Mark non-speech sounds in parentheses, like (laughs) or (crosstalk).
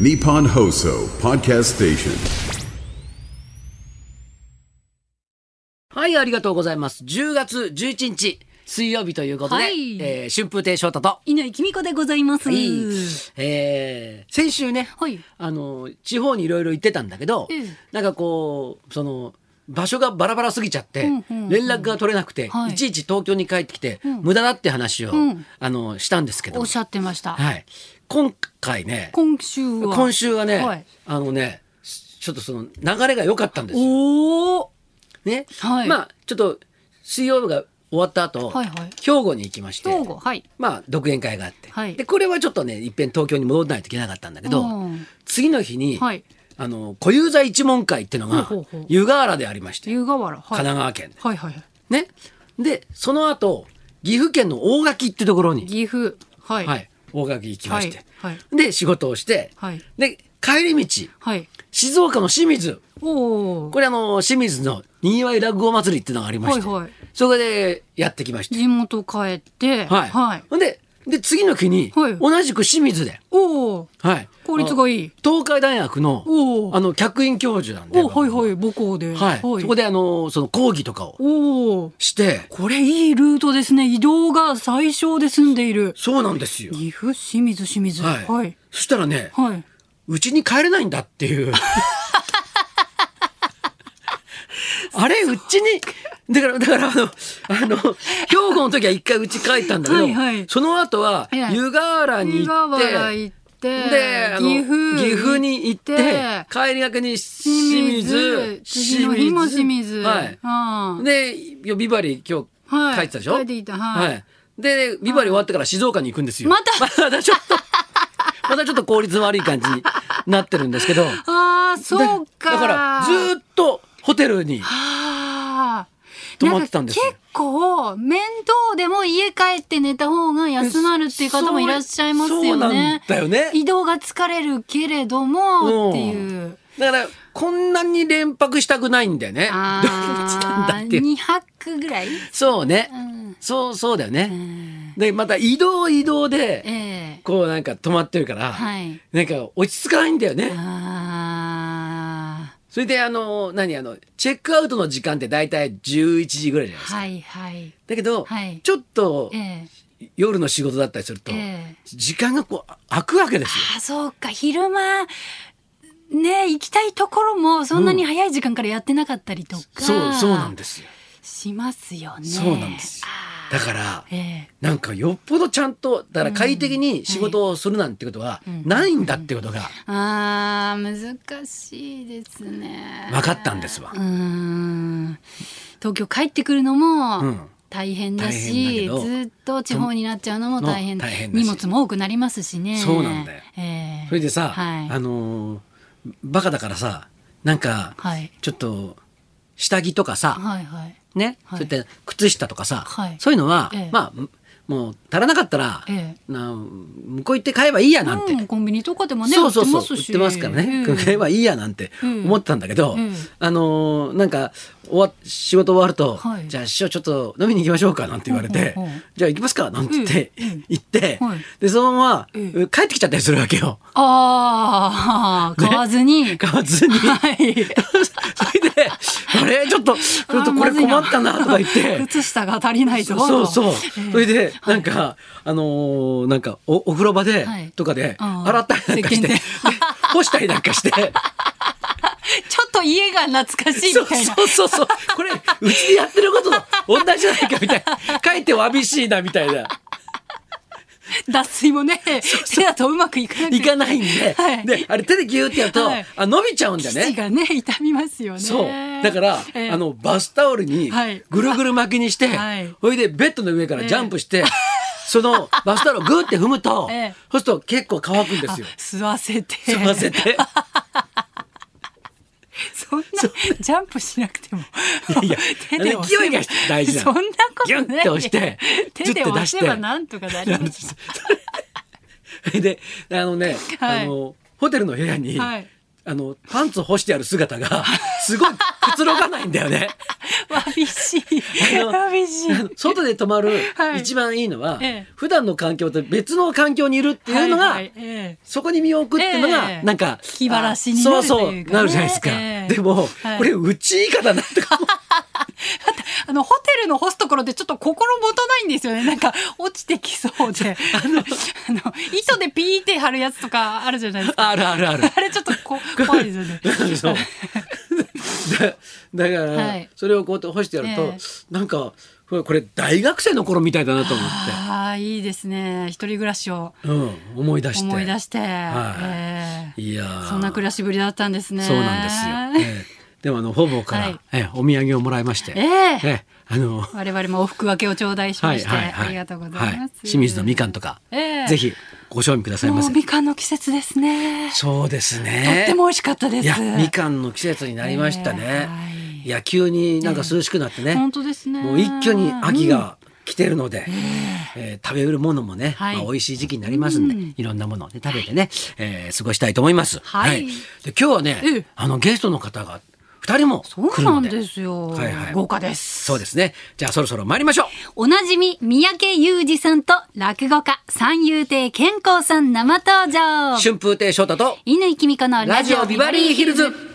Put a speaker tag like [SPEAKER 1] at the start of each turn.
[SPEAKER 1] Nippon Hoso Podcast Station.
[SPEAKER 2] はい、ありがとうございます。10月11日、水曜日ということで、
[SPEAKER 3] はい
[SPEAKER 2] えー春風亭昇太と、
[SPEAKER 3] 犬井君子でございます。
[SPEAKER 2] いいえー先週ね、
[SPEAKER 3] はい
[SPEAKER 2] あの、地方にいろいろ行ってたんだけど、
[SPEAKER 3] ええ
[SPEAKER 2] なんかこう、その、場所がバラバラすぎちゃって、
[SPEAKER 3] うんうんうん
[SPEAKER 2] 連絡が取れなくて、
[SPEAKER 3] はい
[SPEAKER 2] いちいち東京に帰ってきて、無駄だって話を、
[SPEAKER 3] ん
[SPEAKER 2] あの、したんですけど
[SPEAKER 3] おっ、しゃってました。
[SPEAKER 2] はい。今回ね、
[SPEAKER 3] 今週は。
[SPEAKER 2] 今週はね、
[SPEAKER 3] はい
[SPEAKER 2] あのね、ちょっとその流れが良かったんですよ。
[SPEAKER 3] おお。
[SPEAKER 2] ね、
[SPEAKER 3] はい
[SPEAKER 2] まあちょっと水曜日が終わった後、
[SPEAKER 3] はいはい
[SPEAKER 2] 兵庫に行きまして
[SPEAKER 3] 兵庫はい。
[SPEAKER 2] まあ独演会があって、
[SPEAKER 3] はい
[SPEAKER 2] でこれはちょっとねいっぺん東京に戻らないといけなかったんだけど、
[SPEAKER 3] うん
[SPEAKER 2] 次の日に、
[SPEAKER 3] はい
[SPEAKER 2] あの小遊三一門会っていうのが
[SPEAKER 3] ほうほうほう
[SPEAKER 2] 湯河原でありまして、
[SPEAKER 3] 湯河原。はい。
[SPEAKER 2] 神奈川県で
[SPEAKER 3] はいはいはい。
[SPEAKER 2] ねでその後岐阜県の大垣ってところに、
[SPEAKER 3] 岐阜。はい。
[SPEAKER 2] はい、大垣行きまして、
[SPEAKER 3] はい
[SPEAKER 2] で仕事をして、
[SPEAKER 3] はい
[SPEAKER 2] で帰り道
[SPEAKER 3] はい。
[SPEAKER 2] 静岡の清水
[SPEAKER 3] おお。
[SPEAKER 2] これあの清水のにぎわい落語祭りっていうのがありまして、
[SPEAKER 3] はいはい
[SPEAKER 2] そこでやってきました
[SPEAKER 3] 地元帰って。
[SPEAKER 2] はい。
[SPEAKER 3] はい。
[SPEAKER 2] ほんで、で、次の日に、
[SPEAKER 3] はい
[SPEAKER 2] 同じく清水で、
[SPEAKER 3] おお。
[SPEAKER 2] はい。
[SPEAKER 3] 効率がいい
[SPEAKER 2] あの東海大学の
[SPEAKER 3] お、う
[SPEAKER 2] あの、客員教授なんで。
[SPEAKER 3] おはい
[SPEAKER 2] 僕
[SPEAKER 3] はい。母校で。
[SPEAKER 2] はい。そこで、あの、その講義とかを
[SPEAKER 3] おお。
[SPEAKER 2] して、
[SPEAKER 3] これいいルートですね。移動が最小で済んでいる。
[SPEAKER 2] そうなんですよ。
[SPEAKER 3] 岐阜清水清水。
[SPEAKER 2] はい。
[SPEAKER 3] はい。
[SPEAKER 2] そしたらね、
[SPEAKER 3] はい。
[SPEAKER 2] うちに帰れないんだっていう。 (laughs) あれうちに、だから、だからあの、あの、兵庫の時は一回うち帰ったんだけど、
[SPEAKER 3] はいはい
[SPEAKER 2] その後は
[SPEAKER 3] ええ
[SPEAKER 2] 湯河原に行
[SPEAKER 3] 湯河
[SPEAKER 2] っ
[SPEAKER 3] 原
[SPEAKER 2] て
[SPEAKER 3] 行、って、
[SPEAKER 2] で、あの
[SPEAKER 3] 岐阜
[SPEAKER 2] 岐阜に行って、帰りがけに清水、
[SPEAKER 3] 次の日も清水。
[SPEAKER 2] はい。
[SPEAKER 3] うん
[SPEAKER 2] で、ビバリ今
[SPEAKER 3] は
[SPEAKER 2] 日
[SPEAKER 3] い
[SPEAKER 2] 帰ってたでしょ
[SPEAKER 3] 帰ってきたはい
[SPEAKER 2] で、ビバリ終わってから静岡に行くんですよ。
[SPEAKER 3] また
[SPEAKER 2] (laughs) またちょっと、またちょっと効率の悪い感じになってるんですけど。
[SPEAKER 3] ああ、そうか。
[SPEAKER 2] だから、ずーっとホテルに。
[SPEAKER 3] はあ。
[SPEAKER 2] 泊まってたんですよ
[SPEAKER 3] なか結構、面倒でも家帰って寝た方が休まるっていう方もいらっしゃいますよね。
[SPEAKER 2] そうなんだよね
[SPEAKER 3] 移動が疲れるけれども、っていう。
[SPEAKER 2] だから、こんなに連泊したくないんだよ (laughs) (laughs) ね。どっちなんだ
[SPEAKER 3] ああ、
[SPEAKER 2] っていう。
[SPEAKER 3] 2泊ぐらい
[SPEAKER 2] そうね。
[SPEAKER 3] ん
[SPEAKER 2] そう、そうだよね。で、また移動移動で、
[SPEAKER 3] ええ。
[SPEAKER 2] こうなんか止まってるから、
[SPEAKER 3] はい
[SPEAKER 2] なんか落ち着かないんだよね。
[SPEAKER 3] ああ。
[SPEAKER 2] それであの、何あの、チェックアウトの時間って大体11時ぐらいじゃないですか。
[SPEAKER 3] はいはい。
[SPEAKER 2] だけど、
[SPEAKER 3] はい
[SPEAKER 2] ちょっと
[SPEAKER 3] ええ。
[SPEAKER 2] 夜の仕事だったりすると、
[SPEAKER 3] ええ
[SPEAKER 2] 時間がこうあ空くわけですよ。
[SPEAKER 3] あ、そうか、昼間、ね、行きたいところも、そんなに早い時間からやってなかったりとか、
[SPEAKER 2] そう、そうなんですよ。
[SPEAKER 3] しますよね。
[SPEAKER 2] そうなんですよ
[SPEAKER 3] あー
[SPEAKER 2] だから、
[SPEAKER 3] ええ
[SPEAKER 2] なんかよっぽどちゃんと、だから快適に仕事をするなんてことはないんだってことが
[SPEAKER 3] あー難しいですね。
[SPEAKER 2] 分かったんですわ
[SPEAKER 3] う。ーん。東京帰ってくるのも、
[SPEAKER 2] うん
[SPEAKER 3] 大変だ
[SPEAKER 2] 大変
[SPEAKER 3] し
[SPEAKER 2] だけど
[SPEAKER 3] ずっと地方になっちゃうのも大変
[SPEAKER 2] の大変だし
[SPEAKER 3] 荷物も多くなりますしね
[SPEAKER 2] そうなんだよ
[SPEAKER 3] ええ
[SPEAKER 2] それでさ、
[SPEAKER 3] はい
[SPEAKER 2] あのーバカだからさ、なんか、
[SPEAKER 3] はい
[SPEAKER 2] ちょっと、下着とかさ、
[SPEAKER 3] はいはい
[SPEAKER 2] ね、
[SPEAKER 3] はい
[SPEAKER 2] そういった靴下とかさ、
[SPEAKER 3] はい
[SPEAKER 2] そういうのは、
[SPEAKER 3] ええ
[SPEAKER 2] まあ、むもう足らなかったら、
[SPEAKER 3] ええ
[SPEAKER 2] な向こう行って買えばいいやなんて。
[SPEAKER 3] うんコンビニとかでもね
[SPEAKER 2] そうそうそう売
[SPEAKER 3] 売っ
[SPEAKER 2] ってて
[SPEAKER 3] ま
[SPEAKER 2] ますす
[SPEAKER 3] し
[SPEAKER 2] からね、
[SPEAKER 3] うん
[SPEAKER 2] 買えばいいやなんて
[SPEAKER 3] うん
[SPEAKER 2] 思ってたんだけど、
[SPEAKER 3] うん
[SPEAKER 2] あのーなんか終わ仕事終わると、
[SPEAKER 3] はい
[SPEAKER 2] じゃあ師匠ちょっと飲みに行きましょうかなんて言われて、
[SPEAKER 3] うんうんうん
[SPEAKER 2] じゃあ行きますかなんて言って、
[SPEAKER 3] うんうん
[SPEAKER 2] 行って、
[SPEAKER 3] はい
[SPEAKER 2] でそのまま、
[SPEAKER 3] うん
[SPEAKER 2] 帰ってきちゃったりするわけよ。
[SPEAKER 3] ああ、買わ
[SPEAKER 2] (laughs)
[SPEAKER 3] ずに。
[SPEAKER 2] 買わずに。
[SPEAKER 3] はい。
[SPEAKER 2] (laughs) それで、あれちょっと、ちょっとこれ
[SPEAKER 3] あーまずい
[SPEAKER 2] 困ったなとか言って。
[SPEAKER 3] 靴下が足りないと。
[SPEAKER 2] そうそう。それで、
[SPEAKER 3] は
[SPEAKER 2] ないんか、あのーなんか、お、お風呂場で
[SPEAKER 3] はい、
[SPEAKER 2] とかで、
[SPEAKER 3] あー
[SPEAKER 2] 洗ったりなんかして、
[SPEAKER 3] 石鹸で
[SPEAKER 2] で干したりなんかして、 (laughs)
[SPEAKER 3] ちょっと家が懐かしい
[SPEAKER 2] そう
[SPEAKER 3] みたいな。
[SPEAKER 2] そうそうそう、これ、うちでやってることと同じじゃないかみたいな、書いてわびしいなみたいな、
[SPEAKER 3] 脱水もね、手だとうまくいかない。
[SPEAKER 2] いかないんで、
[SPEAKER 3] はい
[SPEAKER 2] で、あれ手でギューってやると、
[SPEAKER 3] はい
[SPEAKER 2] あ、伸びちゃうんだよね。
[SPEAKER 3] 父がね、痛みますよね。
[SPEAKER 2] そう。だから、
[SPEAKER 3] ええ
[SPEAKER 2] あ、の、バスタオルに
[SPEAKER 3] はい、
[SPEAKER 2] ぐるぐる巻きにして、
[SPEAKER 3] はい
[SPEAKER 2] ほいで、ベッドの上からジャンプして、その、バスタオルをグーって踏むと、
[SPEAKER 3] (laughs) ええ
[SPEAKER 2] そうすると結構乾くんですよ。
[SPEAKER 3] 吸わせて。
[SPEAKER 2] 吸わせて。
[SPEAKER 3] そんな、ジャンプしなくても。
[SPEAKER 2] いや
[SPEAKER 3] 手で押せば
[SPEAKER 2] 勢いが大事な
[SPEAKER 3] そ
[SPEAKER 2] の
[SPEAKER 3] んなこと
[SPEAKER 2] ギュンって押して
[SPEAKER 3] 手で
[SPEAKER 2] ギュッて出
[SPEAKER 3] 押せば
[SPEAKER 2] して
[SPEAKER 3] なんとかなり
[SPEAKER 2] (laughs)
[SPEAKER 3] ます。
[SPEAKER 2] で、あのね、
[SPEAKER 3] はい
[SPEAKER 2] あの、ホテルの部屋に、
[SPEAKER 3] はい (laughs)
[SPEAKER 2] あの、パンツを干してある姿が、すごいくつろがないんだよね。
[SPEAKER 3] わびしい
[SPEAKER 2] あ。の
[SPEAKER 3] わびしい。
[SPEAKER 2] あの外で泊まる
[SPEAKER 3] はい
[SPEAKER 2] 一番いいのは、
[SPEAKER 3] ええ
[SPEAKER 2] 普段の環境と別の環境にいるっていうのが、
[SPEAKER 3] はいはいええ
[SPEAKER 2] そこに身を置くっていうのが、
[SPEAKER 3] ええ
[SPEAKER 2] なんか
[SPEAKER 3] 気晴らしになる
[SPEAKER 2] あそうそう
[SPEAKER 3] というかね
[SPEAKER 2] なるじゃないですか、
[SPEAKER 3] ええ
[SPEAKER 2] でも、
[SPEAKER 3] はい
[SPEAKER 2] これうち言い方なんとか
[SPEAKER 3] あの、ホテルのホスト頃でちょっと心もとないんですよね。なんか、落ちてきそうで。あの、糸でピーって貼るやつとかあるじゃないですか。
[SPEAKER 2] あるあるある
[SPEAKER 3] あれちょっとこ怖いですよね。
[SPEAKER 2] (laughs)
[SPEAKER 3] (laughs)
[SPEAKER 2] そうだだから、
[SPEAKER 3] はい
[SPEAKER 2] それをこうやって干してやると、
[SPEAKER 3] ええ
[SPEAKER 2] なんかこれこれ大学生の頃みたいだなと思っ
[SPEAKER 3] ああ、いいですね。一人暮らしを
[SPEAKER 2] て、うん、思い出して
[SPEAKER 3] 思い出して。
[SPEAKER 2] はい
[SPEAKER 3] ええ
[SPEAKER 2] いやー
[SPEAKER 3] そんな暮らしぶりだったんですね。
[SPEAKER 2] そうなんですよ、ええでもあのほぼから、
[SPEAKER 3] (laughs) はい
[SPEAKER 2] ええお土産をもらいまして、
[SPEAKER 3] ええ
[SPEAKER 2] えあの
[SPEAKER 3] (laughs) 我々もお服分けを頂戴しまして、ありがとうございます。
[SPEAKER 2] はい清水のみかんとか、
[SPEAKER 3] ええ
[SPEAKER 2] ぜひご賞味くださいま
[SPEAKER 3] もう
[SPEAKER 2] せ。
[SPEAKER 3] みかんの季節ですね。
[SPEAKER 2] そうですね。
[SPEAKER 3] とっても美味しかったです。
[SPEAKER 2] いやみかんの季節になりましたね。
[SPEAKER 3] ええはい
[SPEAKER 2] いや急になんか涼しくなってね。
[SPEAKER 3] ええ本当ですね
[SPEAKER 2] もう一挙に秋が来てるので、えー食べるものもね、
[SPEAKER 3] はい
[SPEAKER 2] まあ美味しい時期になりますんで、いろんなものをね食べてね、えー過ごしたいと思います。
[SPEAKER 3] はい
[SPEAKER 2] で今日はね、
[SPEAKER 3] ええ
[SPEAKER 2] あのゲストの方が二人も来るので。
[SPEAKER 3] そうなんですよ
[SPEAKER 2] はいはい
[SPEAKER 3] 豪華です
[SPEAKER 2] そうですね。じゃあそろそろ参りましょう。
[SPEAKER 3] おなじみ、三宅裕二さんと落語家、三遊亭健康さん生登場。
[SPEAKER 2] 春風亭昇太と
[SPEAKER 3] 犬井君子の
[SPEAKER 2] ラジオビバリーヒルズ。